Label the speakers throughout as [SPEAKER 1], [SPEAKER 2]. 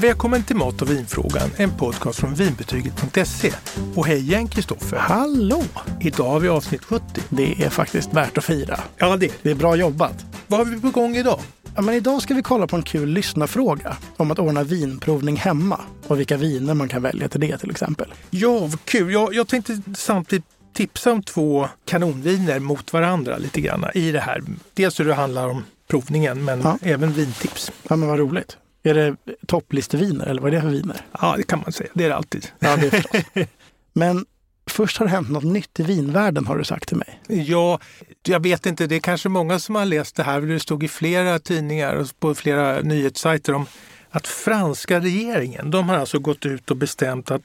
[SPEAKER 1] Välkommen till Mat och vinfrågan, en podcast från vinbetyget.se. Och hej igen Kristoffer!
[SPEAKER 2] Hallå!
[SPEAKER 1] Idag har vi avsnitt 70.
[SPEAKER 2] Det är faktiskt värt att fira.
[SPEAKER 1] Ja, det är
[SPEAKER 2] Det är bra jobbat.
[SPEAKER 1] Vad har vi på gång idag?
[SPEAKER 2] Ja, men idag ska vi kolla på en kul lyssnarfråga om att ordna vinprovning hemma och vilka viner man kan välja till det till exempel.
[SPEAKER 1] Ja, vad kul! Jag, jag tänkte samtidigt tipsa om två kanonviner mot varandra lite grann i det här. Dels hur det handlar om provningen, men
[SPEAKER 2] Ja.
[SPEAKER 1] även vintips.
[SPEAKER 2] Ja, men vad roligt. Är det topplisteviner eller vad är det för viner?
[SPEAKER 1] Ja, det kan man säga. Det är det alltid.
[SPEAKER 2] Ja, det är förstås. men först har det hänt något nytt i vinvärlden har du sagt till mig.
[SPEAKER 1] Ja, jag vet inte. Det är kanske många som har läst det här. Det stod i flera tidningar och på flera nyhetssajter om att franska regeringen, de har alltså gått ut och bestämt att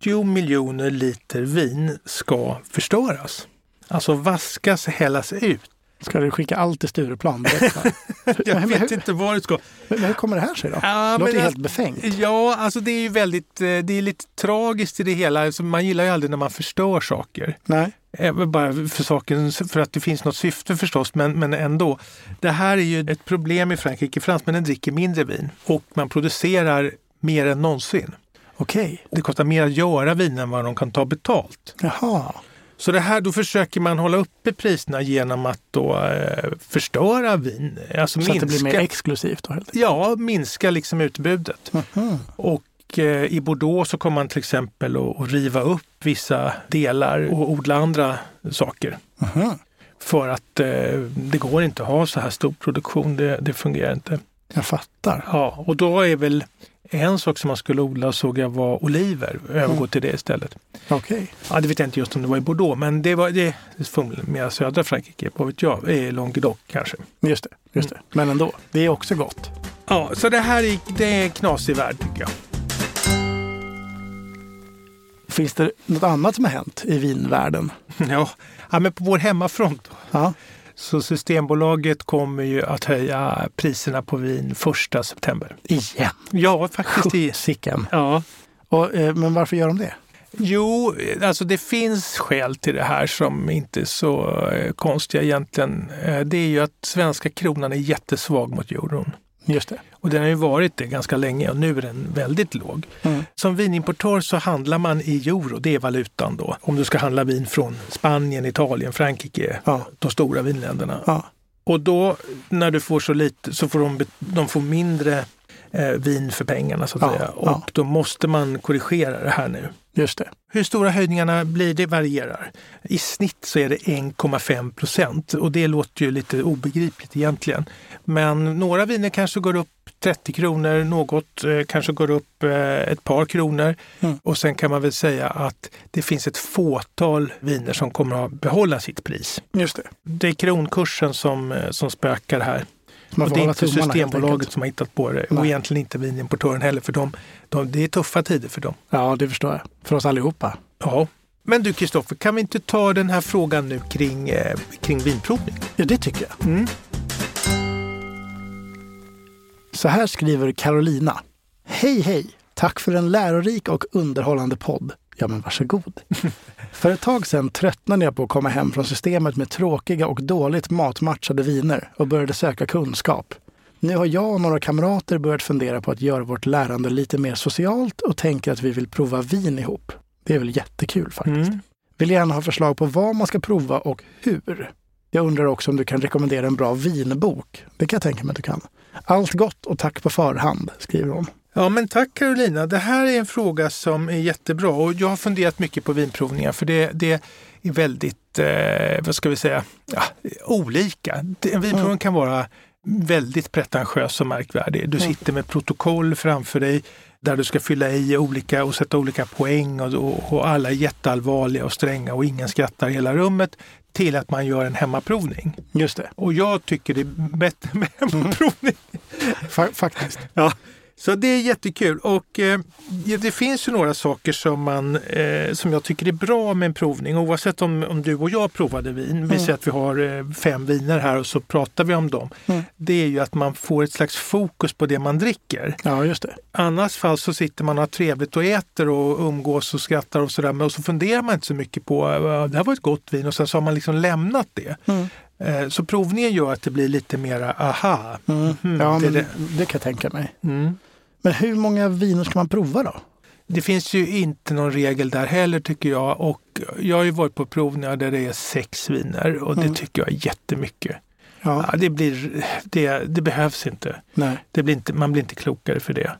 [SPEAKER 1] 80 miljoner liter vin ska förstöras. Alltså vaskas, hällas ut.
[SPEAKER 2] Ska du skicka allt till Stureplan? direkt, va?
[SPEAKER 1] Jag
[SPEAKER 2] Men
[SPEAKER 1] vet
[SPEAKER 2] hur,
[SPEAKER 1] inte var det ska.
[SPEAKER 2] men hur kommer det här sig då?
[SPEAKER 1] Ja,
[SPEAKER 2] det låter
[SPEAKER 1] men
[SPEAKER 2] ju
[SPEAKER 1] jag-
[SPEAKER 2] helt befängt.
[SPEAKER 1] Ja, alltså det är ju väldigt, eh, det är lite tragiskt i det hela. Alltså Man gillar ju aldrig när man förstör saker.
[SPEAKER 2] Nej.
[SPEAKER 1] Även Eh, bara för, saken, för att det finns något syfte förstås, men, men ändå. Det här är ju ett problem i Frankrike. Fransmännen dricker mindre vin och man producerar mer än någonsin.
[SPEAKER 2] Okej.
[SPEAKER 1] Det kostar mer att göra vin än vad de kan ta betalt.
[SPEAKER 2] Jaha.
[SPEAKER 1] Så det här, då försöker man hålla uppe priserna genom att då, eh, förstöra vin. Alltså
[SPEAKER 2] Så att
[SPEAKER 1] minska,
[SPEAKER 2] det blir mer exklusivt då helt enkelt.
[SPEAKER 1] ja, minska liksom utbudet.
[SPEAKER 2] Mhm.
[SPEAKER 1] Och eh, i Bordeaux så kommer man till exempel att att riva upp vissa delar och odla andra saker.
[SPEAKER 2] Aha,
[SPEAKER 1] För att eh, det går inte att ha så här stor produktion, det, det fungerar inte.
[SPEAKER 2] jag fattar.
[SPEAKER 1] Ja, och då är väl en sak som man skulle odla såg jag var oliver, övergå till det istället.
[SPEAKER 2] Okej.
[SPEAKER 1] Ja, det vet jag inte just om det var i Bordeaux, men det var det mer södra Frankrike, vad vet jag, i Languedoc kanske.
[SPEAKER 2] Just det. Just det. Men ändå, det är också gott.
[SPEAKER 1] Ja, så det här är, det är en knasig värld tycker jag.
[SPEAKER 2] Finns det något annat som har hänt i vinvärlden?
[SPEAKER 1] Ja, ja men på vår hemmafront då.
[SPEAKER 2] Ja.
[SPEAKER 1] Så Systembolaget kommer ju att höja priserna på vin 1 september.
[SPEAKER 2] Igen.
[SPEAKER 1] Ja, faktiskt. i-
[SPEAKER 2] Sicken.
[SPEAKER 1] Ja,
[SPEAKER 2] Och, eh, men varför gör de det?
[SPEAKER 1] Jo, alltså det finns skäl till det här som inte är så eh, konstiga egentligen. Eh, Det är ju att svenska kronan är jättesvag mot euron.
[SPEAKER 2] Just det.
[SPEAKER 1] Och den har ju varit det ganska länge och nu är den väldigt låg.
[SPEAKER 2] Mm.
[SPEAKER 1] Som vinimportör så handlar man i euro, det är valutan då. Om du ska handla vin från Spanien, Italien, Frankrike,
[SPEAKER 2] Ja.
[SPEAKER 1] de stora vinländerna.
[SPEAKER 2] Ja.
[SPEAKER 1] Och då när du får så lite så får de, bet- de får mindre eh, vin för pengarna så att
[SPEAKER 2] Ja,
[SPEAKER 1] säga. Och
[SPEAKER 2] ja.
[SPEAKER 1] då måste man korrigera det här nu.
[SPEAKER 2] Just det.
[SPEAKER 1] Hur stora höjningarna blir, det varierar. I snitt så är det 1,5 procent och det låter ju lite obegripligt egentligen. Men några viner kanske går upp 30 kronor, något eh, kanske går upp eh, ett par kronor.
[SPEAKER 2] Mm.
[SPEAKER 1] Och sen kan man väl säga att det finns ett fåtal viner som kommer att behålla sitt pris.
[SPEAKER 2] Just det.
[SPEAKER 1] Det är kronkursen som, eh, som spökar här.
[SPEAKER 2] Man
[SPEAKER 1] och
[SPEAKER 2] får
[SPEAKER 1] det är
[SPEAKER 2] hålla
[SPEAKER 1] inte
[SPEAKER 2] tummarna, helt
[SPEAKER 1] Systembolaget
[SPEAKER 2] enkelt.
[SPEAKER 1] som har hittat på det och
[SPEAKER 2] Nej.
[SPEAKER 1] egentligen inte vinimportören heller för de, de, det är tuffa tider för dem.
[SPEAKER 2] Ja, det förstår jag. För oss allihopa.
[SPEAKER 1] Ja. Men du Kristoffer, kan vi inte ta den här frågan nu kring, eh, kring vinprovning?
[SPEAKER 2] Ja, det tycker jag.
[SPEAKER 1] Mm.
[SPEAKER 2] Så här skriver Carolina. Hej, hej! Tack för en lärorik och underhållande podd. Ja, men varsågod. för ett tag sedan tröttnade jag på att komma hem från systemet med tråkiga och dåligt matmatchade viner och började söka kunskap. Nu har jag och några kamrater börjat fundera på att göra vårt lärande lite mer socialt och tänker att vi vill prova vin ihop. Det är väl jättekul faktiskt.
[SPEAKER 1] mm.
[SPEAKER 2] Vill gärna ha förslag på vad man ska prova och hur. Jag undrar också om du kan rekommendera en bra vinbok. Det kan jag tänka mig att du kan. Allt gott och tack på förhand, skriver hon.
[SPEAKER 1] Ja, men tack Carolina. Det här är en fråga som är jättebra och jag har funderat mycket på vinprovningar för det, det är väldigt, eh, vad ska vi säga, ja, olika. Det- En vinprovning kan vara väldigt pretentiös och märkvärdig. Du
[SPEAKER 2] Mm.
[SPEAKER 1] sitter med protokoll framför dig där du ska fylla i olika och sätta olika poäng och, och, och alla är jätteallvarliga och stränga och ingen skrattar i hela rummet till att man gör en hemmaprovning.
[SPEAKER 2] Just det,
[SPEAKER 1] Och jag tycker det är bättre med hemmaprovning
[SPEAKER 2] Fa- faktiskt.
[SPEAKER 1] Ja. Så det är jättekul och eh, det finns ju några saker som, man, eh, som jag tycker är bra med en provning oavsett om, om du och jag provade vin. Vi säger att vi har eh, fem viner här och så pratar vi om dem.
[SPEAKER 2] Mm.
[SPEAKER 1] Det är ju att man får ett slags fokus på det man dricker.
[SPEAKER 2] Ja, just det.
[SPEAKER 1] Annars fall så sitter man och har trevligt och äter och umgås och skrattar och sådär men och så funderar man inte så mycket på eh, det här var ett gott vin och sen så har man liksom lämnat det.
[SPEAKER 2] Mm.
[SPEAKER 1] Eh, så provningen gör att det blir lite mera aha.
[SPEAKER 2] Mm.
[SPEAKER 1] Mhm,
[SPEAKER 2] ja,
[SPEAKER 1] det är
[SPEAKER 2] men det, det kan jag tänka mig.
[SPEAKER 1] Mm.
[SPEAKER 2] Men hur många viner ska man prova då?
[SPEAKER 1] Det finns ju inte någon regel där heller tycker jag. Och jag har ju varit på provningar där det är sex viner och
[SPEAKER 2] Mm.
[SPEAKER 1] det tycker jag är jättemycket.
[SPEAKER 2] Ja,
[SPEAKER 1] Ja, det, blir, det, det behövs inte.
[SPEAKER 2] nej.
[SPEAKER 1] Det blir inte. Man blir inte klokare för det.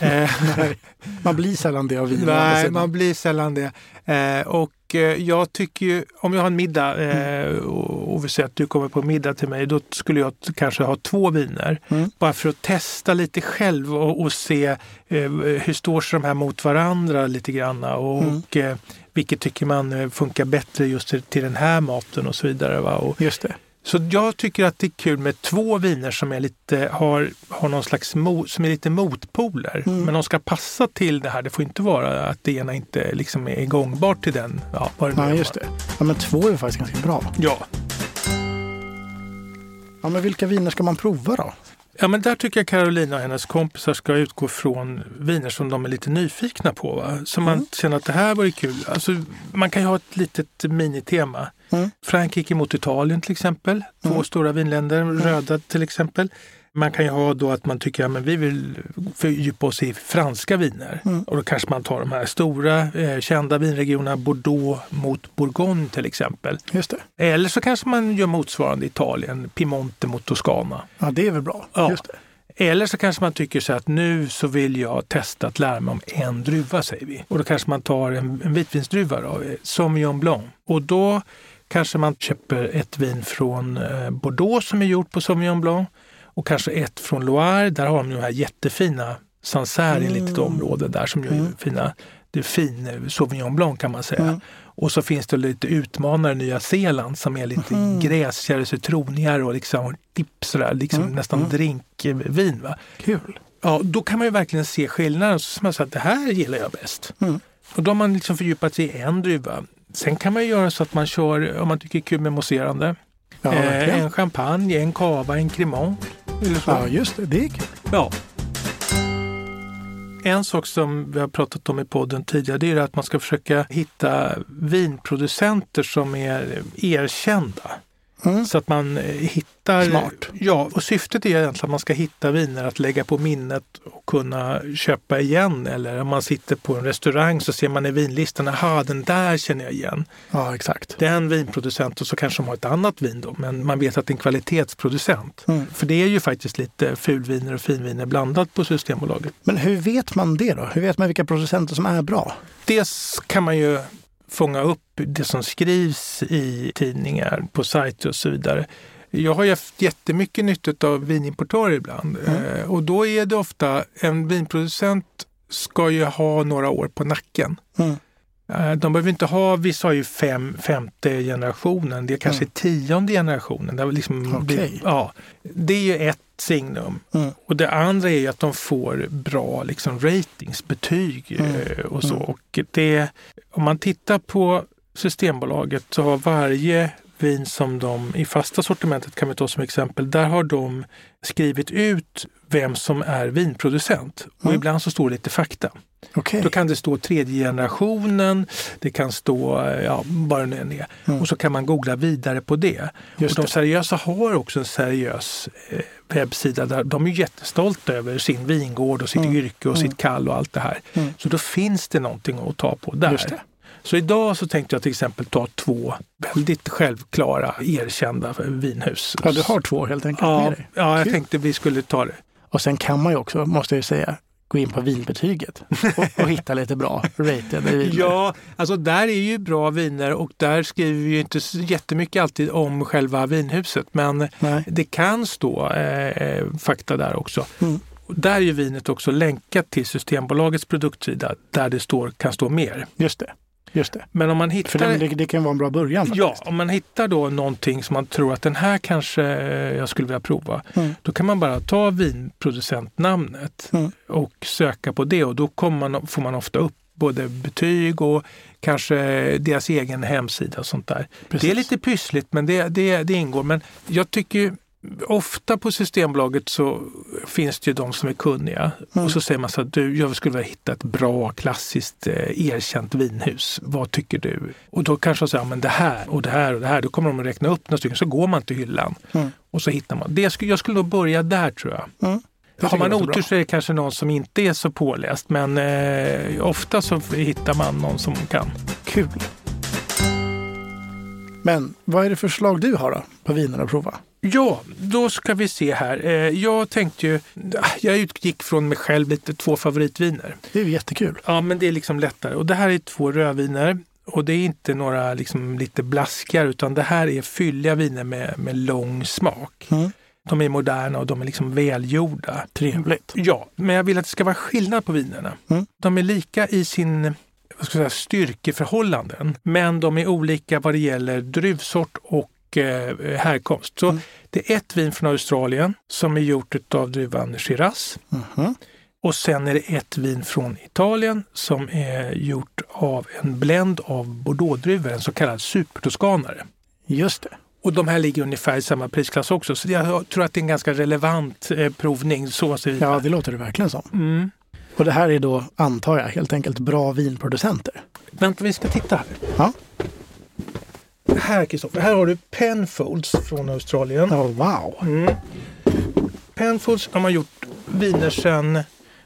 [SPEAKER 1] Eh,
[SPEAKER 2] nej. Man blir sällan det av vin. å andra
[SPEAKER 1] Nej,
[SPEAKER 2] sidan.
[SPEAKER 1] man blir sällan det. Eh, och eh, jag tycker ju, om jag har en middag eh,
[SPEAKER 2] Mm.
[SPEAKER 1] och, och vi säger att du kommer på middag till mig, då skulle jag t- kanske ha två viner.
[SPEAKER 2] Mm.
[SPEAKER 1] Bara för att testa lite själv och, och se eh, hur står sig de här mot varandra lite grann. Och,
[SPEAKER 2] Mm.
[SPEAKER 1] och eh, vilket tycker man eh, funkar bättre just till, till den här maten och så vidare. Va? Och,
[SPEAKER 2] Just det.
[SPEAKER 1] så jag tycker att det är kul med två viner som är lite, har, har någon slags mo, som är lite motpoler.
[SPEAKER 2] Mm.
[SPEAKER 1] Men de ska passa till det här. Det får inte vara att det ena inte liksom är gångbart till den. Ja, vad det nu
[SPEAKER 2] Ja,
[SPEAKER 1] är.
[SPEAKER 2] just det. Ja, men två är ju faktiskt ganska bra.
[SPEAKER 1] Ja.
[SPEAKER 2] Ja, men vilka viner ska man prova då?
[SPEAKER 1] ja, men där tycker jag Carolina och hennes kompisar ska utgå från viner som de är lite nyfikna på. Va? Så man
[SPEAKER 2] Mm.
[SPEAKER 1] känner att det här vore kul. Alltså, man kan ju ha ett litet minitema.
[SPEAKER 2] Mm.
[SPEAKER 1] Frankrike mot Italien till exempel. Två
[SPEAKER 2] Mm.
[SPEAKER 1] stora vinländer, röda till exempel. Man kan ju ha då att man tycker att vi vill fördjupa oss i franska viner.
[SPEAKER 2] Mm.
[SPEAKER 1] Och då kanske man tar de här stora eh, kända vinregionerna Bordeaux mot Bourgogne till exempel.
[SPEAKER 2] Just det.
[SPEAKER 1] Eller så kanske man gör motsvarande i Italien, Piemonte mot Toscana.
[SPEAKER 2] Ja, det är väl bra.
[SPEAKER 1] Ja.
[SPEAKER 2] Just det.
[SPEAKER 1] Eller så kanske man tycker så här att nu så vill jag testa att lära mig om en druva, säger vi. Och då kanske man tar en, en vitvinsdruva, då, eh, Sauvignon Blanc. Och då kanske man köper ett vin från eh, Bordeaux som är gjort på Sauvignon Blanc och kanske ett från Loire. Där har de de här jättefina Sancerre i ett litet
[SPEAKER 2] Mm.
[SPEAKER 1] område där som gör
[SPEAKER 2] Mm.
[SPEAKER 1] fina, det är fin eh, Sauvignon Blanc kan man säga.
[SPEAKER 2] Mm.
[SPEAKER 1] Och så finns det lite utmanare Nya Zeeland som är lite
[SPEAKER 2] Mhm.
[SPEAKER 1] gräsigare, citronigare och liksom dipp sådär, liksom
[SPEAKER 2] Mm,
[SPEAKER 1] nästan
[SPEAKER 2] mm.
[SPEAKER 1] drinkvin. Va?
[SPEAKER 2] Kul.
[SPEAKER 1] Ja, då kan man ju verkligen se skillnaden. Så som jag sa, det här gillar jag bäst.
[SPEAKER 2] Mm.
[SPEAKER 1] Och då har man liksom fördjupat sig i en druva. Sen kan man ju göra så att man kör, om man tycker det är kul med mousserande,
[SPEAKER 2] Ja,
[SPEAKER 1] eh,
[SPEAKER 2] verkligen.
[SPEAKER 1] en champagne, en cava, en cremant. Eller så.
[SPEAKER 2] Ja, just det. Det är kul.
[SPEAKER 1] Ja. En sak som vi har pratat om i podden tidigare det är att man ska försöka hitta vinproducenter som är erkända.
[SPEAKER 2] Mm.
[SPEAKER 1] Så att man eh, hittar...
[SPEAKER 2] Smart.
[SPEAKER 1] Ja, och syftet är egentligen att man ska hitta viner att lägga på minnet och kunna köpa igen. Eller om man sitter på en restaurang så ser man i vinlistan, aha den där känner jag igen.
[SPEAKER 2] Ja, exakt.
[SPEAKER 1] Den vinproducenten så kanske de har ett annat vin då, men man vet att det är en kvalitetsproducent.
[SPEAKER 2] Mm.
[SPEAKER 1] För det är ju faktiskt lite fulviner och finviner blandat på Systembolaget.
[SPEAKER 2] Men hur vet man det då? Hur vet man vilka producenter som är bra?
[SPEAKER 1] Dels kan man ju fånga upp det som skrivs i tidningar, på sajter och så vidare. Jag har ju haft jättemycket nytta av vinimportörer ibland
[SPEAKER 2] Mm.
[SPEAKER 1] Eh, och då är det ofta en vinproducent ska ju ha några år på nacken.
[SPEAKER 2] Mm.
[SPEAKER 1] Eh, De behöver inte ha, vissa har ju fem, femte generationen, det är kanske
[SPEAKER 2] Mm.
[SPEAKER 1] tionde generationen. Där liksom
[SPEAKER 2] Okej.
[SPEAKER 1] ja, det är ju ett signum.
[SPEAKER 2] Mm.
[SPEAKER 1] Och det andra är ju att de får bra liksom, ratings, betyg eh, och så.
[SPEAKER 2] Mm.
[SPEAKER 1] Och det, om man tittar på Systembolaget så har varje vin som de i fasta sortimentet kan vi ta som exempel, där har de skrivit ut vem som är vinproducent. Och
[SPEAKER 2] Mm.
[SPEAKER 1] ibland så står det lite fakta.
[SPEAKER 2] Okej.
[SPEAKER 1] Då kan det stå tredje generationen, det kan stå eh, ja, bara nu är.
[SPEAKER 2] Mm.
[SPEAKER 1] Och så kan man googla vidare på det.
[SPEAKER 2] Just
[SPEAKER 1] och de
[SPEAKER 2] det.
[SPEAKER 1] seriösa har också en seriös eh, webbsida där de är jättestolta över sin vingård och sitt
[SPEAKER 2] Mm.
[SPEAKER 1] yrke och
[SPEAKER 2] Mm.
[SPEAKER 1] sitt kall och allt det här.
[SPEAKER 2] Mm.
[SPEAKER 1] Så då finns det någonting att ta på där.
[SPEAKER 2] Just det.
[SPEAKER 1] Så idag så tänkte jag till exempel ta två väldigt självklara erkända vinhus.
[SPEAKER 2] Ja, du har två helt enkelt med
[SPEAKER 1] Ja,
[SPEAKER 2] dig.
[SPEAKER 1] ja, jag
[SPEAKER 2] Kul.
[SPEAKER 1] tänkte vi skulle ta det.
[SPEAKER 2] Och sen kan man ju också, måste jag ju säga, gå in på vinbetyget och, och hitta lite bra rated viner.
[SPEAKER 1] Ja, alltså där är ju bra viner och där skriver vi ju inte så jättemycket alltid om själva vinhuset. Men
[SPEAKER 2] Nej.
[SPEAKER 1] det kan stå eh, eh, fakta där också.
[SPEAKER 2] Mm.
[SPEAKER 1] Och där är ju vinet också länkat till Systembolagets produktsida där det står, kan stå mer.
[SPEAKER 2] Just det. Just det.
[SPEAKER 1] Men om man hittar...
[SPEAKER 2] För det, det, det kan vara en bra början.
[SPEAKER 1] Ja,
[SPEAKER 2] faktiskt.
[SPEAKER 1] om man hittar då någonting som man tror att den här kanske eh, jag skulle vilja prova.
[SPEAKER 2] Mm.
[SPEAKER 1] Då kan man bara ta vinproducentnamnet
[SPEAKER 2] Mm.
[SPEAKER 1] och söka på det och då kommer man, får man ofta upp både betyg och kanske deras egen hemsida och sånt där.
[SPEAKER 2] Precis.
[SPEAKER 1] Det är lite pyssligt men det, det, det ingår. Men jag tycker ju ofta på Systembolaget så finns det ju de som är kunniga
[SPEAKER 2] Mm.
[SPEAKER 1] och så säger man så att du, jag skulle vilja hitta ett bra klassiskt eh, erkänt vinhus. Vad tycker du? Och då kanske de säger, ja, men det här och det här och det här. Då kommer de att räkna upp några stycken så går man till hyllan
[SPEAKER 2] Mm.
[SPEAKER 1] och så hittar man. Det, skulle- jag skulle då börja där tror jag.
[SPEAKER 2] Mm.
[SPEAKER 1] Har
[SPEAKER 2] tycker jag
[SPEAKER 1] man
[SPEAKER 2] låter
[SPEAKER 1] otur
[SPEAKER 2] bra.
[SPEAKER 1] så är det kanske någon som inte är så påläst men eh, ofta så hittar man någon som kan.
[SPEAKER 2] Kul. Men vad är det för slag du har då på viner att prova?
[SPEAKER 1] Ja, då ska vi se här. Eh, jag tänkte ju, ah, jag utgick från mig själv lite, två favoritviner.
[SPEAKER 2] Det är ju jättekul.
[SPEAKER 1] Ja, men det är liksom lättare. Och det här är två rödviner. Och det är inte några liksom lite blaskar utan det här är fylliga viner med, med lång smak.
[SPEAKER 2] Mm.
[SPEAKER 1] De är moderna och de är liksom välgjorda.
[SPEAKER 2] Trevligt.
[SPEAKER 1] Ja, men jag vill att det ska vara skillnad på vinerna.
[SPEAKER 2] Mm.
[SPEAKER 1] De är lika i sin vad ska jag säga, styrkeförhållanden, men de är olika vad det gäller druvsort och eh, härkomst. Så
[SPEAKER 2] Mm.
[SPEAKER 1] det är ett vin från Australien som är gjort av druvan Shiraz.
[SPEAKER 2] Mhm.
[SPEAKER 1] Och sen är det ett vin från Italien som är gjort av en blend av bordeauxdruvor, en så kallad supertoskanare.
[SPEAKER 2] Just det.
[SPEAKER 1] Och de här ligger ungefär i samma prisklass också, så jag tror att det är en ganska relevant eh, provning. Så ser vi.
[SPEAKER 2] Ja, det låter det verkligen som.
[SPEAKER 1] Mm.
[SPEAKER 2] Och det här är då, antar jag, helt enkelt bra vinproducenter.
[SPEAKER 1] Vänta, vi ska titta här.
[SPEAKER 2] Ja.
[SPEAKER 1] Här Kristoffer, här har du Penfolds från Australien.
[SPEAKER 2] Ja, wow.
[SPEAKER 1] Mm. Penfolds de har gjort viner sedan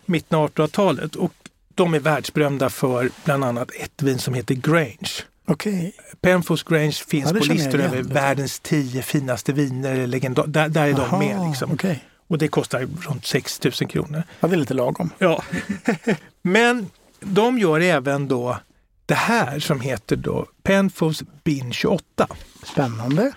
[SPEAKER 1] mitten av 1800-talet och de är världsberömda för bland annat ett vin som heter Grange.
[SPEAKER 2] Okej.
[SPEAKER 1] Penfolds Grange finns
[SPEAKER 2] Ja, det
[SPEAKER 1] på
[SPEAKER 2] känner jag
[SPEAKER 1] listor
[SPEAKER 2] igen.
[SPEAKER 1] över världens tio finaste viner. eller Legenda- där, där är
[SPEAKER 2] Aha,
[SPEAKER 1] de med. Liksom.
[SPEAKER 2] okej.
[SPEAKER 1] Och det kostar runt 6 000 kronor.
[SPEAKER 2] Ja, det är lite lagom.
[SPEAKER 1] Ja. Men de gör även då det här som heter då Penfolds Bin 28.
[SPEAKER 2] Spännande.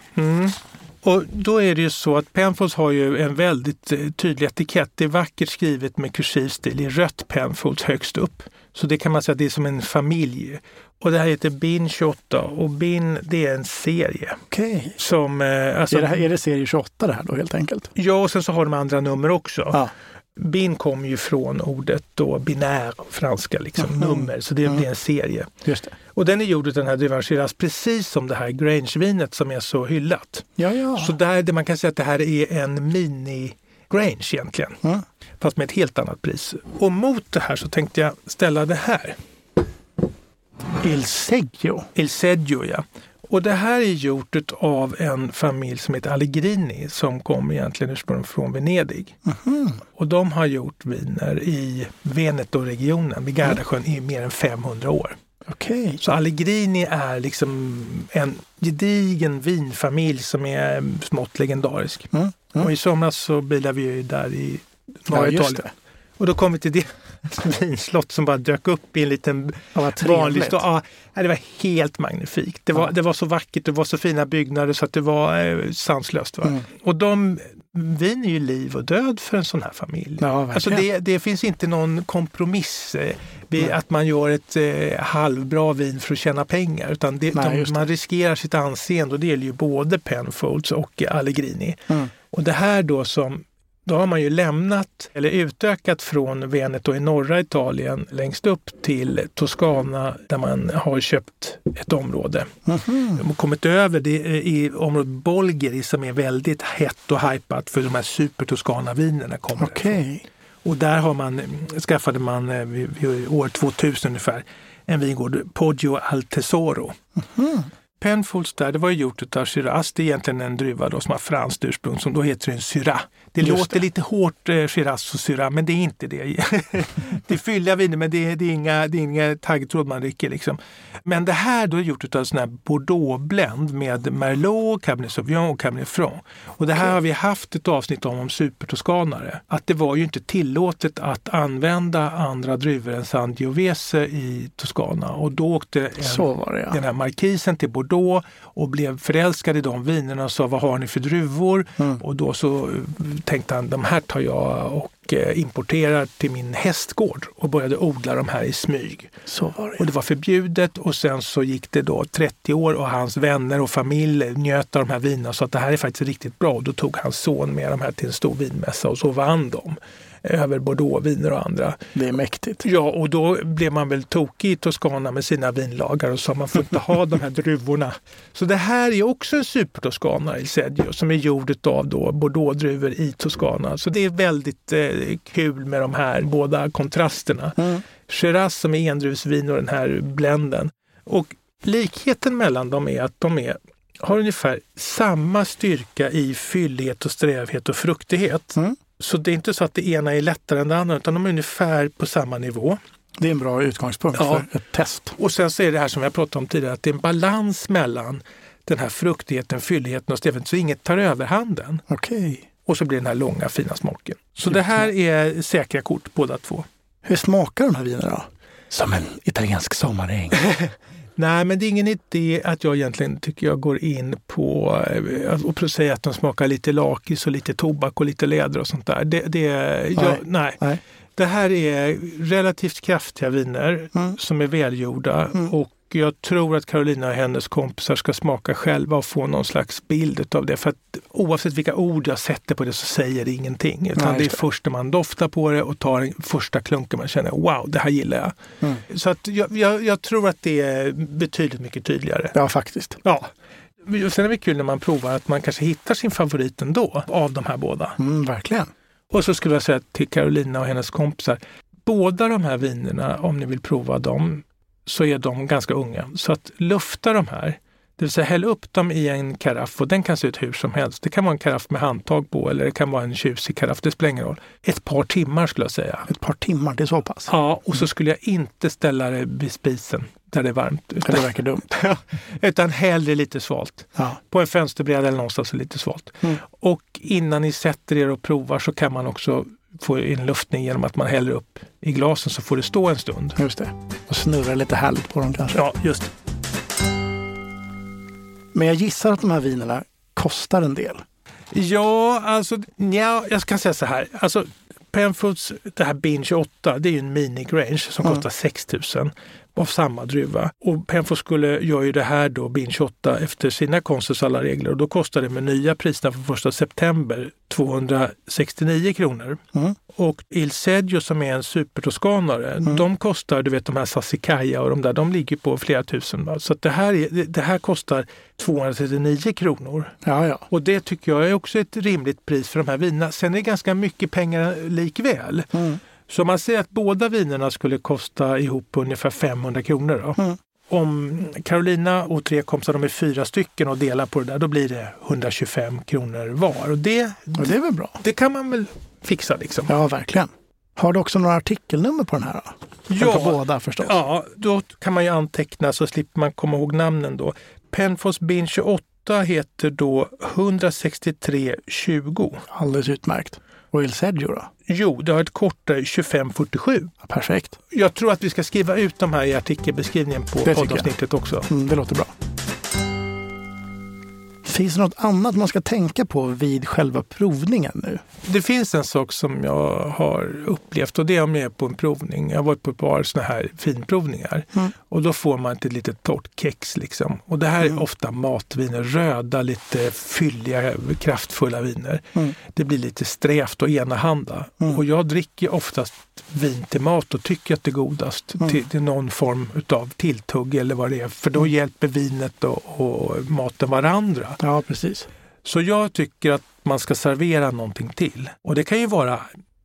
[SPEAKER 1] Och då är det ju så att Penfolds har ju en väldigt eh, tydlig etikett. Det är vackert skrivet med kursiv stil i rött Penfolds högst upp. Så det kan man säga att det är som en familj. Och det här heter Bin 28 och Bin det är en serie.
[SPEAKER 2] Okej.
[SPEAKER 1] Som, eh, alltså,
[SPEAKER 2] är, det här, är det serie 28 det här då helt enkelt?
[SPEAKER 1] Ja, och sen så har de andra nummer också.
[SPEAKER 2] Ja.
[SPEAKER 1] Bin kom ju från ordet då binär, franska liksom,
[SPEAKER 2] Mhm.
[SPEAKER 1] nummer, så det
[SPEAKER 2] Mm.
[SPEAKER 1] blir en serie.
[SPEAKER 2] Just det.
[SPEAKER 1] Och den är gjord av den här druvan Shiraz, precis som det här Grange-vinet som är så hyllat.
[SPEAKER 2] Ja, ja.
[SPEAKER 1] Så där, det- man kan säga att det här är en mini-Grange egentligen,
[SPEAKER 2] Ja.
[SPEAKER 1] fast med ett helt annat pris. Och mot det här så tänkte jag ställa det här,
[SPEAKER 2] Il Seggio.
[SPEAKER 1] Il Seggio. Ja. Och det här är gjort av en familj som heter Allegrini som kom egentligen ursprungligen från Venedig.
[SPEAKER 2] Mm,
[SPEAKER 1] Och de har gjort viner i Veneto-regionen, vid
[SPEAKER 2] Mm.
[SPEAKER 1] Gardasjön, i mer än 500 år.
[SPEAKER 2] Okej.
[SPEAKER 1] Så Allegrini är liksom en gedigen vinfamilj som är smått legendarisk.
[SPEAKER 2] Mm, mm.
[SPEAKER 1] Och i somras så bilade vi ju där i norra
[SPEAKER 2] Ja, just
[SPEAKER 1] Italien.
[SPEAKER 2] det.
[SPEAKER 1] Och då kom vi till det vinslott som bara dök upp i en liten
[SPEAKER 2] Ja, vad
[SPEAKER 1] vanlig
[SPEAKER 2] trevligt.
[SPEAKER 1] stå- ja, nej, Det var helt magnifikt. Det var,
[SPEAKER 2] Ja.
[SPEAKER 1] det var så vackert, det var så fina byggnader så att det var eh, sanslöst. Va?
[SPEAKER 2] Mm.
[SPEAKER 1] Och de, vin är ju liv och död för en sån här familj.
[SPEAKER 2] Ja, verkligen.
[SPEAKER 1] Alltså det, det finns inte någon kompromiss eh, vid att man gör ett eh, halvbra vin för att tjäna pengar. Utan det,
[SPEAKER 2] Nej,
[SPEAKER 1] de,
[SPEAKER 2] just det.
[SPEAKER 1] man riskerar sitt anseende och det gäller ju både Penfolds och Allegrini.
[SPEAKER 2] Mm.
[SPEAKER 1] Och det här då som då har man ju lämnat eller utökat från Veneto i norra Italien längst upp till Toscana där man har köpt ett område.
[SPEAKER 2] Mhm.
[SPEAKER 1] De har kommit över det eh, i området Bolgeri som är väldigt hett och hajpat för de här supertoskana-vinerna kommer därifrån.
[SPEAKER 2] Okej.
[SPEAKER 1] Och där har man, skaffade man eh, vid, vid år 2000 ungefär en vingård, Poggio al Tesoro.
[SPEAKER 2] Mhm.
[SPEAKER 1] Penfolds där, det var ju gjort av Shiraz. Det är egentligen en druva då som har franskt ursprung som då heter en Syrah. Det
[SPEAKER 2] Just
[SPEAKER 1] låter
[SPEAKER 2] det.
[SPEAKER 1] lite hårt eh, Shiraz och Syrah, men det är inte det. det är fylliga viner, men det är, det är inga, det är inga taggtråd man rycker. Liksom. Men det här då är gjort av sån här Bordeaux-bländ med Merlot, Cabernet Sauvignon och Cabernet Franc. Och det här har vi haft ett avsnitt om, om supertoskanare. Att det var ju inte tillåtet att använda andra druvor än Sangiovese i Toscana. Och då åkte en
[SPEAKER 2] Så var det ja.
[SPEAKER 1] den här markisen till Bordeaux och blev förälskad i de vinerna och sa vad har ni för druvor?
[SPEAKER 2] Mm.
[SPEAKER 1] Och då så eh, tänkte han de här tar jag och eh, importerar till min hästgård och började odla de här i smyg.
[SPEAKER 2] Så var det.
[SPEAKER 1] Och det var förbjudet och sen så gick det då 30 år och hans vänner och familj njöt av de här vinerna så att det här är faktiskt riktigt bra. Och då tog hans son med de här till en stor vinmässa och så vann de eh, över Bordeauxviner och andra.
[SPEAKER 2] Det är mäktigt.
[SPEAKER 1] Ja, och då blev man väl tokig i Toscana med sina vinlagar och sa man får inte ha de här druvorna. Så det här är också en supertoscana i Seggio som är gjord av då bordeauxdruvor i Toscana. Så det är väldigt eh, kul med de här båda kontrasterna.
[SPEAKER 2] Mm.
[SPEAKER 1] Shiraz som är endruvsvin och den här blenden. Och likheten mellan dem är att de är, har ungefär samma styrka i fyllighet och strävhet och fruktighet.
[SPEAKER 2] Mm.
[SPEAKER 1] Så det är inte så att det ena är lättare än det andra utan de är ungefär på samma nivå.
[SPEAKER 2] Det är en bra utgångspunkt
[SPEAKER 1] Ja.
[SPEAKER 2] för ett test.
[SPEAKER 1] Och sen så är det här som jag pratade om tidigare att det är en balans mellan den här fruktigheten, fylligheten och stevet så inget tar överhanden.
[SPEAKER 2] Okej.
[SPEAKER 1] Och så blir det den här långa fina smaken. Så det här är säkra kort båda två.
[SPEAKER 2] Hur smakar de här vinerna då? Som en italiensk sommaräng.
[SPEAKER 1] Nej, men det är ingen idé att jag egentligen tycker jag går in på eh, att- och säga att de smakar lite lakis och lite tobak och lite läder och sånt där. Det, det, jag, nej.
[SPEAKER 2] Nej.
[SPEAKER 1] det här är relativt kraftiga viner
[SPEAKER 2] Mm.
[SPEAKER 1] som är välgjorda och jag tror att Carolina och hennes kompisar ska smaka själva och få någon slags bild av det. För att oavsett vilka ord jag sätter på det så säger det ingenting. Utan
[SPEAKER 2] Nej,
[SPEAKER 1] det är
[SPEAKER 2] just det.
[SPEAKER 1] först när man doftar på det och tar den första klunken man känner wow, det här gillar jag.
[SPEAKER 2] Mm.
[SPEAKER 1] Så att jag, jag, jag tror att det är betydligt mycket tydligare.
[SPEAKER 2] Ja, faktiskt.
[SPEAKER 1] Ja. Sen är det kul när man provar att man kanske hittar sin favorit ändå av de här båda.
[SPEAKER 2] Mm, verkligen.
[SPEAKER 1] Och så skulle jag säga till Carolina och hennes kompisar, båda de här vinerna, om ni vill prova dem, så är de ganska unga. Så att lufta de här, det vill säga häll upp dem i en karaff och den kan se ut hur som helst. Det kan vara en karaff med handtag på eller det kan vara en tjusig karaff, det spelar ingen roll. Ett par timmar skulle jag säga.
[SPEAKER 2] Ett par timmar, det är så pass.
[SPEAKER 1] Ja, och så skulle jag inte ställa det vid spisen där det är varmt.
[SPEAKER 2] Ja, Det
[SPEAKER 1] Utan,
[SPEAKER 2] verkar dumt.
[SPEAKER 1] utan hellre lite svalt.
[SPEAKER 2] Ja.
[SPEAKER 1] På en fönsterbräda eller någonstans så lite svalt.
[SPEAKER 2] Mm.
[SPEAKER 1] Och innan ni sätter er och provar så kan man också få in luftning genom att man häller upp i glasen så får det stå en stund.
[SPEAKER 2] Just det. Och snurra lite härligt på dem kanske.
[SPEAKER 1] Ja, just
[SPEAKER 2] Men jag gissar att de här vinerna kostar en del.
[SPEAKER 1] Ja, alltså nja, jag ska säga så här. Alltså, Penfolds, det här Bin 28, det är ju en mini-Grange som
[SPEAKER 2] Mm.
[SPEAKER 1] kostar 6 000 av samma druva. Och Penfolds skulle, gör ju det här då, Bin 28, efter sina konstens alla regler och då kostar det med nya priserna från 1 september 269 kronor.
[SPEAKER 2] Mm.
[SPEAKER 1] Och Il Seggio som är en supertoskanare, de kostar, du vet de här Sassicaia och de där, de ligger på flera tusen. Va? Så att det, här är, det- det här kostar 239 kronor.
[SPEAKER 2] Ja, ja.
[SPEAKER 1] Och det tycker jag är också ett rimligt pris för de här vinerna. Sen är det ganska mycket pengar likväl.
[SPEAKER 2] Mm.
[SPEAKER 1] Så om man säger att båda vinerna skulle kosta ihop ungefär 500 kronor. Då.
[SPEAKER 2] Mm.
[SPEAKER 1] Om Carolina och tre kompisar, de är fyra stycken och delar på det där, då blir det 125 kronor var. Och det,
[SPEAKER 2] Och det är väl bra?
[SPEAKER 1] det kan man väl fixa liksom.
[SPEAKER 2] Ja, verkligen. Har du också några artikelnummer på den här? Då? På båda förstås.
[SPEAKER 1] Ja, då kan man ju anteckna så slipper man komma ihåg namnen då. Penfos Bin 28 heter då 16320.
[SPEAKER 2] Alldeles utmärkt. Och Il Seggio då?
[SPEAKER 1] Jo, det har ett kortare 2547.
[SPEAKER 2] Ja, Perfekt.
[SPEAKER 1] Jag tror att vi ska skriva ut de här i artikelbeskrivningen på
[SPEAKER 2] tycker jag.
[SPEAKER 1] poddavsnittet också.
[SPEAKER 2] Mm, det låter bra. Finns det något annat man ska tänka på vid själva provningen nu?
[SPEAKER 1] Det finns en sak som jag har upplevt och det är om jag är på en provning. Jag har varit på ett par såna här finprovningar
[SPEAKER 2] Mm.
[SPEAKER 1] och då får man ett litet torrt kex. Liksom. Och det här
[SPEAKER 2] Mm.
[SPEAKER 1] är ofta matviner, röda, lite fylliga, kraftfulla viner.
[SPEAKER 2] Mm.
[SPEAKER 1] Det blir lite strävt och enahanda. Och jag dricker oftast vin till mat och tycker att det är godast
[SPEAKER 2] Mm.
[SPEAKER 1] till, till någon form utav tilltugg eller vad det är. För
[SPEAKER 2] Mm.
[SPEAKER 1] då hjälper vinet och, och maten varandra.
[SPEAKER 2] Ja, precis.
[SPEAKER 1] Så jag tycker att man ska servera någonting till. Och det kan ju vara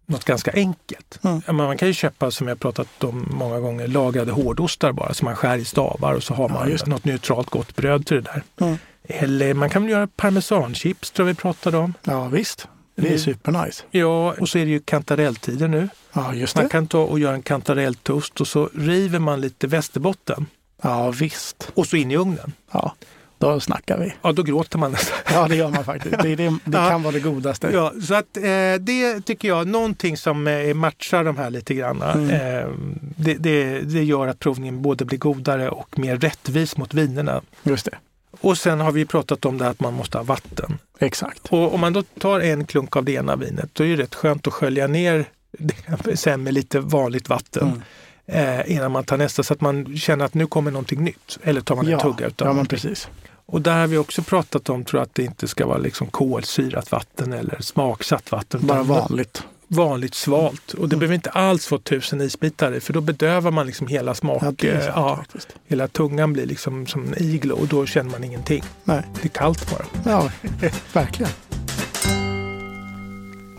[SPEAKER 1] något ganska enkelt.
[SPEAKER 2] Mm.
[SPEAKER 1] Ja, men Man kan ju köpa, som jag pratat om många gånger, lagade hårdostar bara som man skär i stavar och så har man
[SPEAKER 2] just det.
[SPEAKER 1] något neutralt gott bröd till det där.
[SPEAKER 2] Mm.
[SPEAKER 1] Eller man kan väl göra parmesanchips, tror jag vi pratade om.
[SPEAKER 2] Ja, visst. Det är
[SPEAKER 1] Mm.
[SPEAKER 2] supernice.
[SPEAKER 1] Ja, och så är det ju kantarelltider nu.
[SPEAKER 2] Ja, just
[SPEAKER 1] Man
[SPEAKER 2] det.
[SPEAKER 1] kan ta och göra en kantarelltoast och så river man lite västerbotten
[SPEAKER 2] Ja, visst.
[SPEAKER 1] och så in i ugnen.
[SPEAKER 2] Ja, då snackar vi.
[SPEAKER 1] Ja, då gråter man nästan.
[SPEAKER 2] Ja, det gör man faktiskt. Det, det, det
[SPEAKER 1] Ja.
[SPEAKER 2] kan vara det godaste.
[SPEAKER 1] Ja, så att eh, det tycker jag, någonting som eh, matchar de här lite grann. Eh, det, det, det gör att provningen både blir godare och mer rättvis mot vinerna.
[SPEAKER 2] Just det.
[SPEAKER 1] Och sen har vi pratat om det här att man måste ha vatten.
[SPEAKER 2] Exakt.
[SPEAKER 1] Och om man då tar en klunk av det ena vinet, då är det rätt skönt att skölja ner det sen med lite vanligt
[SPEAKER 2] Mm.
[SPEAKER 1] vatten eh, innan man tar nästa så att man känner att nu kommer någonting nytt. Eller tar man en
[SPEAKER 2] Ja,
[SPEAKER 1] tugga utav
[SPEAKER 2] ja, men precis.
[SPEAKER 1] och där har vi också pratat om tror jag, att det inte ska vara liksom kolsyrat vatten eller smaksatt vatten.
[SPEAKER 2] Bara Mm.
[SPEAKER 1] utan
[SPEAKER 2] vanligt.
[SPEAKER 1] vanligt svalt. Och det behöver inte alls vara tusen isbitar i för då bedövar man liksom hela smak.
[SPEAKER 2] Ja, det är
[SPEAKER 1] eh,
[SPEAKER 2] sant
[SPEAKER 1] ja,
[SPEAKER 2] faktiskt.
[SPEAKER 1] hela tungan blir liksom som en iglo och då känner man ingenting.
[SPEAKER 2] Nej.
[SPEAKER 1] Det är kallt bara.
[SPEAKER 2] Ja, verkligen.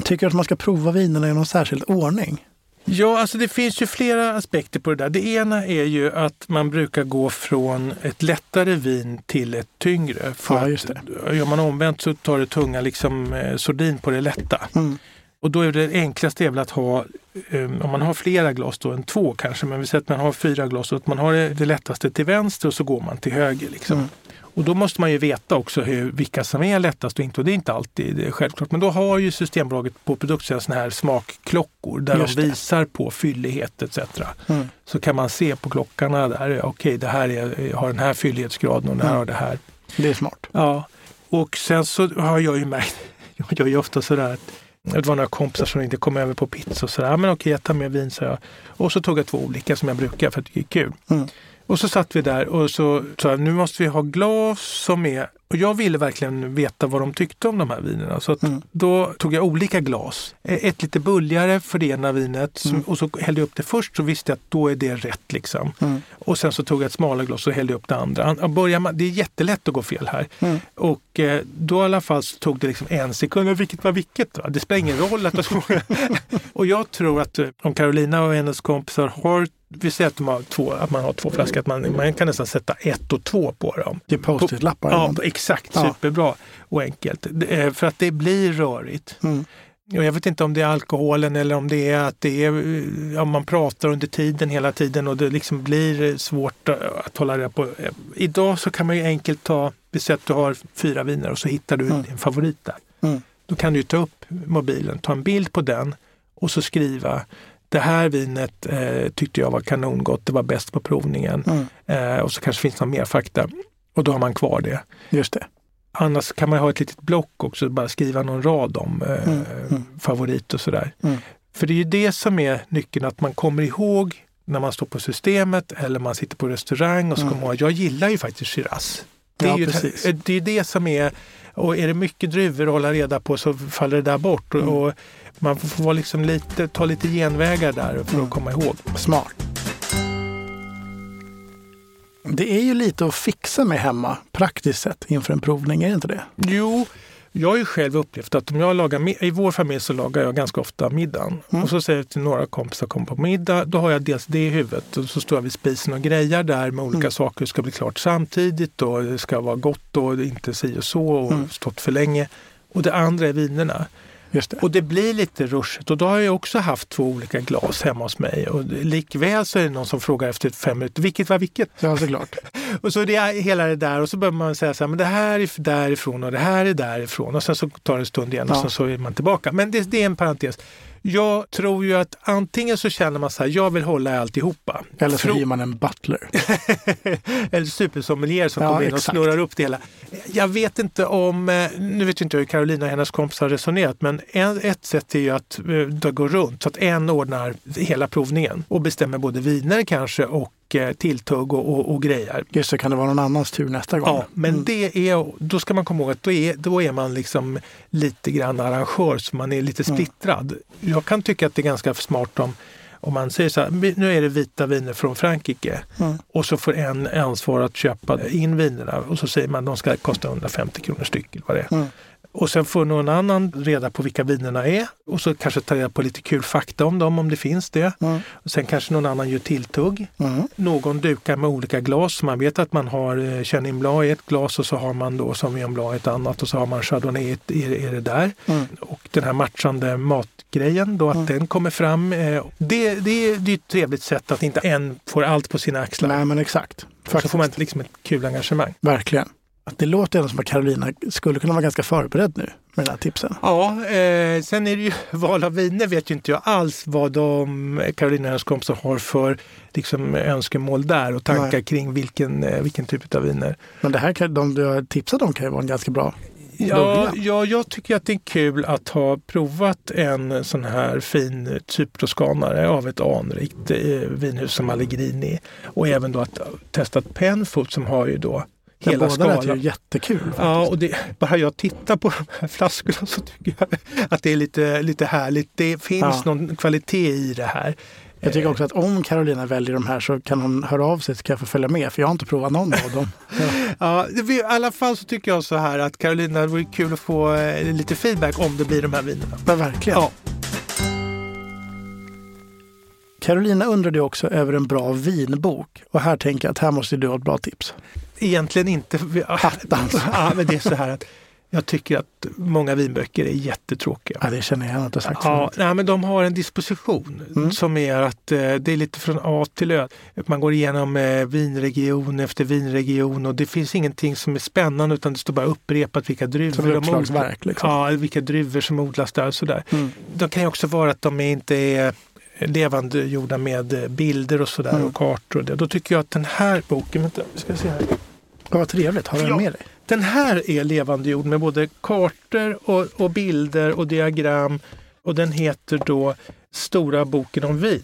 [SPEAKER 2] Tycker du att man ska prova vinerna i någon särskild ordning?
[SPEAKER 1] Ja, alltså det finns ju flera aspekter på det där. Det ena är ju att man brukar gå från ett lättare vin till ett tyngre. För
[SPEAKER 2] Ja,
[SPEAKER 1] att
[SPEAKER 2] just det.
[SPEAKER 1] Gör man omvänt så tar det tunga liksom eh, sordin på det lätta.
[SPEAKER 2] Mm.
[SPEAKER 1] Och då är det enklaste är väl att ha, eh, om man har flera glas då än två kanske, men vi säger att man har fyra glas och att man har det, det lättaste till vänster och så går man till höger. Liksom.
[SPEAKER 2] Mm.
[SPEAKER 1] Och då måste man ju veta också hur, vilka som är lättast och inte. Och det är inte alltid eh, självklart. Men då har ju Systembolaget på produktsidan såna här smakklockor där
[SPEAKER 2] Just det.
[SPEAKER 1] de visar på fyllighet etc.
[SPEAKER 2] Mm.
[SPEAKER 1] Så kan man se på klockarna där, eh, okej det här är, har den här fyllighetsgraden och den här
[SPEAKER 2] Mm.
[SPEAKER 1] har det här.
[SPEAKER 2] Det är smart.
[SPEAKER 1] Ja, och sen så har jag ju märkt, jag gör ju ofta sådär att det var några kompisar som inte kom över på pizza och sådär, "Ja, men okej jag tar med vin så jag. Och så tog jag två olika som jag brukar för att det är kul.
[SPEAKER 2] Mm.
[SPEAKER 1] Och så satt vi där och så sa jag, nu måste vi ha glas som är, och jag ville verkligen veta vad de tyckte om de här vinerna. Så att
[SPEAKER 2] Mm.
[SPEAKER 1] då tog jag olika glas. Eh, Ett lite bulligare för det ena vinet som,
[SPEAKER 2] Mm.
[SPEAKER 1] och så hällde jag upp det först så visste jag att då är det rätt liksom.
[SPEAKER 2] Mm.
[SPEAKER 1] Och sen så tog jag ett smalare glas och hällde upp det andra. Han- han Börjar man, det är jättelätt att gå fel här.
[SPEAKER 2] Mm.
[SPEAKER 1] Och eh, då i alla fall så tog det liksom en sekund, men vilket var vilket? Va? Det spelar ingen roll att jag såg. och jag tror att eh, om Carolina och hennes kompisar har, vi säger att, de har två, att man har två flaskor, att man, man kan nästan sätta ett och två på dem.
[SPEAKER 2] Det är post-it-lappar. eller
[SPEAKER 1] Ja,
[SPEAKER 2] någonting.
[SPEAKER 1] exakt,
[SPEAKER 2] Ja.
[SPEAKER 1] superbra och enkelt. Det- eh, För att det blir rörigt.
[SPEAKER 2] Mm.
[SPEAKER 1] Och jag vet inte om det är alkoholen eller om det är att det är, eh, ja, man pratar under tiden hela tiden och det liksom blir eh, svårt eh, att hålla reda på. Eh, Idag så kan man ju enkelt ta, vi säger att du har fyra viner och så hittar du
[SPEAKER 2] Mm.
[SPEAKER 1] din favorit där.
[SPEAKER 2] Mm.
[SPEAKER 1] Då kan du ju ta upp mobilen, ta en bild på den och så skriva det här vinet eh, tyckte jag var kanongott, det var bäst på provningen.
[SPEAKER 2] Mm.
[SPEAKER 1] Eh, och så kanske finns någon mer fakta. Och då har man kvar det.
[SPEAKER 2] Just det.
[SPEAKER 1] Annars kan man ha ett litet block också, bara skriva någon rad om eh,
[SPEAKER 2] Mm, mm.
[SPEAKER 1] favorit och sådär.
[SPEAKER 2] Mm.
[SPEAKER 1] För det är ju det som är nyckeln, att man kommer ihåg när man står på systemet eller man sitter på restaurang och så
[SPEAKER 2] Mm.
[SPEAKER 1] kommer man ihåg, jag gillar ju faktiskt Shiraz. Det är,
[SPEAKER 2] Ja,
[SPEAKER 1] ju
[SPEAKER 2] precis.
[SPEAKER 1] det, det är det som är, och är det mycket druvor att hålla reda på så faller det där bort. Och,
[SPEAKER 2] Mm.
[SPEAKER 1] och man får- får vara liksom lite, ta lite genvägar där för
[SPEAKER 2] Mm.
[SPEAKER 1] att komma ihåg.
[SPEAKER 2] Smart. Det är ju lite att fixa med hemma, praktiskt sett, inför en provning. Är det inte det?
[SPEAKER 1] Jo, jag har ju själv upplevt att om jag lagar, mi- i vår familj så lagar jag ganska ofta middagen.
[SPEAKER 2] Mm.
[SPEAKER 1] Och så säger jag till några kompisar kom på middag, då har jag dels det i huvudet och så står jag vid spisen och grejar där med olika
[SPEAKER 2] Mm.
[SPEAKER 1] saker. Det ska bli klart samtidigt och det ska vara gott och inte si och så och
[SPEAKER 2] Mm.
[SPEAKER 1] stått för länge. Och det andra är vinerna.
[SPEAKER 2] Just det.
[SPEAKER 1] Och det blir lite ruschigt och då har jag också haft två olika glas hemma hos mig. Och likväl så är det någon som frågar efter fem minuter, vilket var vilket?
[SPEAKER 2] Ja, såklart.
[SPEAKER 1] Och så det är hela det där och så börjar man säga så här, men det här är därifrån och det här är därifrån och sen så tar det en stund igen och
[SPEAKER 2] Ja.
[SPEAKER 1] sen så är man tillbaka. Men det, det är en parentes. Jag tror ju att antingen så känner man så här, jag vill hålla i alltihopa.
[SPEAKER 2] Eller så
[SPEAKER 1] Fro-
[SPEAKER 2] blir man en butler.
[SPEAKER 1] eller supersommelier som
[SPEAKER 2] Ja,
[SPEAKER 1] kommer in och
[SPEAKER 2] exakt.
[SPEAKER 1] snurrar upp det hela. Jag vet inte om, eh, nu vet ju inte hur Carolina och hennes kompisar har resonerat, men en, ett sätt är ju att eh, det går runt så att en ordnar hela provningen och bestämmer både viner kanske och eh, tilltugg och, och, och grejer.
[SPEAKER 2] Just så kan det vara någon annans tur nästa gång. Mm.
[SPEAKER 1] Ja, men det är, då ska man komma ihåg att då är, då är man liksom lite grann arrangör, så man är lite
[SPEAKER 2] Mm.
[SPEAKER 1] splittrad. Jag kan tycka att det är ganska smart om, om man säger så här, "Vi- nu är det vita viner från Frankrike
[SPEAKER 2] Mm.
[SPEAKER 1] och så får en ansvar att köpa in vinerna och så säger man att de ska kosta 150 kronor styck. Eller vad det är.
[SPEAKER 2] Mm.
[SPEAKER 1] Och sen får någon annan reda på vilka vinerna är och så kanske ta reda på lite kul fakta om dem om det finns det.
[SPEAKER 2] Mm.
[SPEAKER 1] Och sen kanske någon annan gör tilltugg.
[SPEAKER 2] Mm.
[SPEAKER 1] Någon dukar med olika glas. Man vet att man har eh, Chenin Blanc i ett glas och så har man då Sauvignon Blanc i ett annat och så har man Chardonnay i ett- i i det där.
[SPEAKER 2] Mm.
[SPEAKER 1] Och den här matchande matgrejen då, att
[SPEAKER 2] Mm.
[SPEAKER 1] den kommer fram. eh, Det, det, är, det är ett trevligt sätt att inte en får allt på sina axlar.
[SPEAKER 2] Nej, men exakt.
[SPEAKER 1] Och så
[SPEAKER 2] Faktiskt.
[SPEAKER 1] får man liksom ett kul engagemang.
[SPEAKER 2] Verkligen. Att det låter ändå som att Carolina skulle kunna vara ganska förberedd nu med den här tipsen.
[SPEAKER 1] Ja, eh, sen är det ju val av viner vet ju inte jag alls vad de Carolina och hennes kompisar har för liksom, önskemål där och tankar
[SPEAKER 2] Nej.
[SPEAKER 1] kring vilken, eh, vilken typ av viner.
[SPEAKER 2] Men det här kan, de du har tipsat om kan ju vara en ganska bra
[SPEAKER 1] Ja,
[SPEAKER 2] början.
[SPEAKER 1] ja, jag tycker att det är kul att ha provat en sån här fin typdoskanare av ett anrikt eh, vinhus som Allegrini och även då att testa ett Penfoot som har ju då
[SPEAKER 2] Men
[SPEAKER 1] hela
[SPEAKER 2] båda lät ju
[SPEAKER 1] skalan.
[SPEAKER 2] jättekul.
[SPEAKER 1] Ja, och det, bara jag tittar på de här flaskorna så tycker jag att det är lite, lite härligt. Det finns
[SPEAKER 2] Ja.
[SPEAKER 1] någon kvalitet i det här.
[SPEAKER 2] Jag
[SPEAKER 1] Eh.
[SPEAKER 2] tycker också att om Carolina väljer de här så kan hon höra av sig så kan jag få följa med för jag har inte provat någon av dem.
[SPEAKER 1] Ja, det, I alla fall så tycker jag så här att Carolina, det vore kul att få eh, lite feedback om det blir de här vinerna.
[SPEAKER 2] Men verkligen.
[SPEAKER 1] Ja.
[SPEAKER 2] Carolina undrade ju också över en bra vinbok och här tänker jag att här måste du ha ett bra tips.
[SPEAKER 1] Egentligen inte.
[SPEAKER 2] Attans.
[SPEAKER 1] ja, men det är så här att Jag tycker att många vinböcker är jättetråkiga.
[SPEAKER 2] Ja, det känner jag att du har sagt
[SPEAKER 1] Ja,
[SPEAKER 2] förut.
[SPEAKER 1] nej, men de har en disposition
[SPEAKER 2] Mm.
[SPEAKER 1] som är att eh, det är lite från A till Ö. Att Man går igenom eh, vinregion efter vinregion och det finns ingenting som är spännande utan det står bara upprepat vilka
[SPEAKER 2] Som ett
[SPEAKER 1] druvor de odlar.
[SPEAKER 2] uppslagsverk. Liksom.
[SPEAKER 1] Ja, vilka druvor som odlas där och sådär.
[SPEAKER 2] Mm.
[SPEAKER 1] De kan ju också vara att de inte är levande gjorda med eh, bilder och sådär
[SPEAKER 2] Mm.
[SPEAKER 1] och kartor och det. Då tycker jag att den här boken, vänta, vi ska se här.
[SPEAKER 2] Ja, Vad trevligt, har du den
[SPEAKER 1] Ja.
[SPEAKER 2] med dig?
[SPEAKER 1] Den här är levandegjord med både kartor och, och bilder och diagram. Och den heter då Stora boken om vin.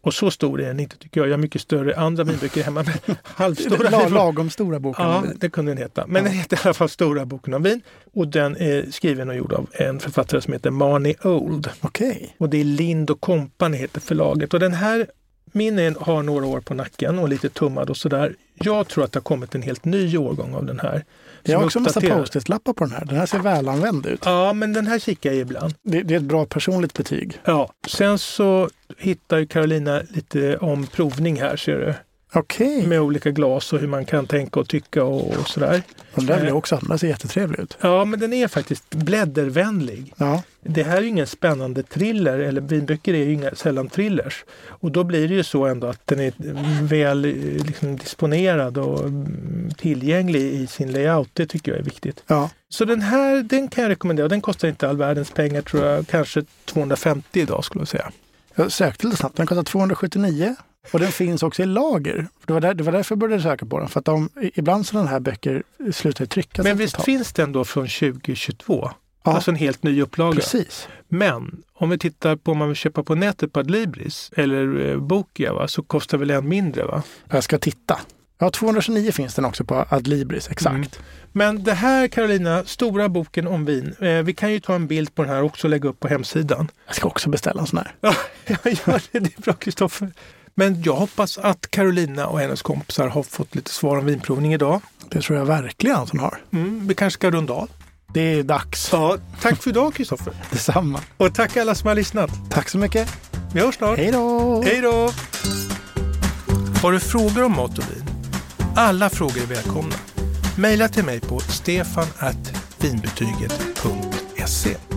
[SPEAKER 1] Och så stor är den inte tycker jag. Jag har mycket större andra vinböcker hemma. Men halvstora
[SPEAKER 2] La,
[SPEAKER 1] vin-
[SPEAKER 2] lagom stora boken.
[SPEAKER 1] Ja, det kunde den heta. Men den heter i alla fall Stora boken om vin. Och den är skriven och gjord av en författare som heter Marnie Old.
[SPEAKER 2] Okej.
[SPEAKER 1] Och det är Lind och Company heter förlaget. Och den här, min är- har några år på nacken och lite tummad och sådär. Jag tror att det har kommit en helt ny årgång av den här.
[SPEAKER 2] Jag
[SPEAKER 1] Som
[SPEAKER 2] har också en massa
[SPEAKER 1] uppdaterar.
[SPEAKER 2] post-it-lappar på den här. Den här ser välanvänd ut.
[SPEAKER 1] Ja, men den här kikar jag ibland.
[SPEAKER 2] Det, det är ett bra personligt betyg.
[SPEAKER 1] Ja. Sen så hittar ju Carolina lite om provning här ser du.
[SPEAKER 2] Okej,
[SPEAKER 1] Med olika glas och hur man kan tänka och tycka och, och sådär.
[SPEAKER 2] den där vill jag också ha. Den där ser jättetrevlig ut.
[SPEAKER 1] Ja, men den är faktiskt bläddervänlig.
[SPEAKER 2] Ja,
[SPEAKER 1] Det här är ju ingen spännande thriller, eller vinböcker är ju inga, sällan thrillers. Och då blir det ju så ändå att den är väl eh, liksom, disponerad och mm, tillgänglig i sin layout. Det tycker jag är viktigt.
[SPEAKER 2] ja.
[SPEAKER 1] Så den här den kan jag rekommendera. Den kostar inte all världens pengar tror jag. Kanske 250 idag skulle jag säga.
[SPEAKER 2] Jag sökte lite snabbt. Den kostar 279 och den finns också i lager. Det var, där, det var därför jag började söka på den. För att de, i- ibland sådana här böcker slutar ju tryckas.
[SPEAKER 1] Men
[SPEAKER 2] efter
[SPEAKER 1] visst
[SPEAKER 2] ett tag.
[SPEAKER 1] finns den då från 2022?
[SPEAKER 2] Ja,
[SPEAKER 1] Alltså en helt ny upplaga.
[SPEAKER 2] precis.
[SPEAKER 1] Men om vi tittar på om man vill köpa på nätet på Adlibris eller eh, Bokia va, så kostar väl en mindre va?
[SPEAKER 2] Jag ska titta. Ja, 229 finns den också på Adlibris, exakt.
[SPEAKER 1] Mm. Men det här Carolina, stora boken om vin. Eh, vi kan ju ta en bild på den här också och lägga upp på hemsidan.
[SPEAKER 2] Jag ska också beställa en sån här.
[SPEAKER 1] Ja, jag gör det. Det är bra Kristoffer. Men jag hoppas att Carolina och hennes kompisar har fått lite svar om vinprovning idag.
[SPEAKER 2] Det tror jag verkligen att hon har.
[SPEAKER 1] Mm, vi kanske ska runda av.
[SPEAKER 2] Det är dags.
[SPEAKER 1] Ja, tack för idag Kristoffer.
[SPEAKER 2] Detsamma.
[SPEAKER 1] Och tack alla som har lyssnat.
[SPEAKER 2] Tack så mycket.
[SPEAKER 1] Vi hörs snart.
[SPEAKER 2] Hej då!
[SPEAKER 1] Hej då! Har du frågor om mat och vin? Alla frågor är välkomna. Mejla till mig på stefanvinbetyget.se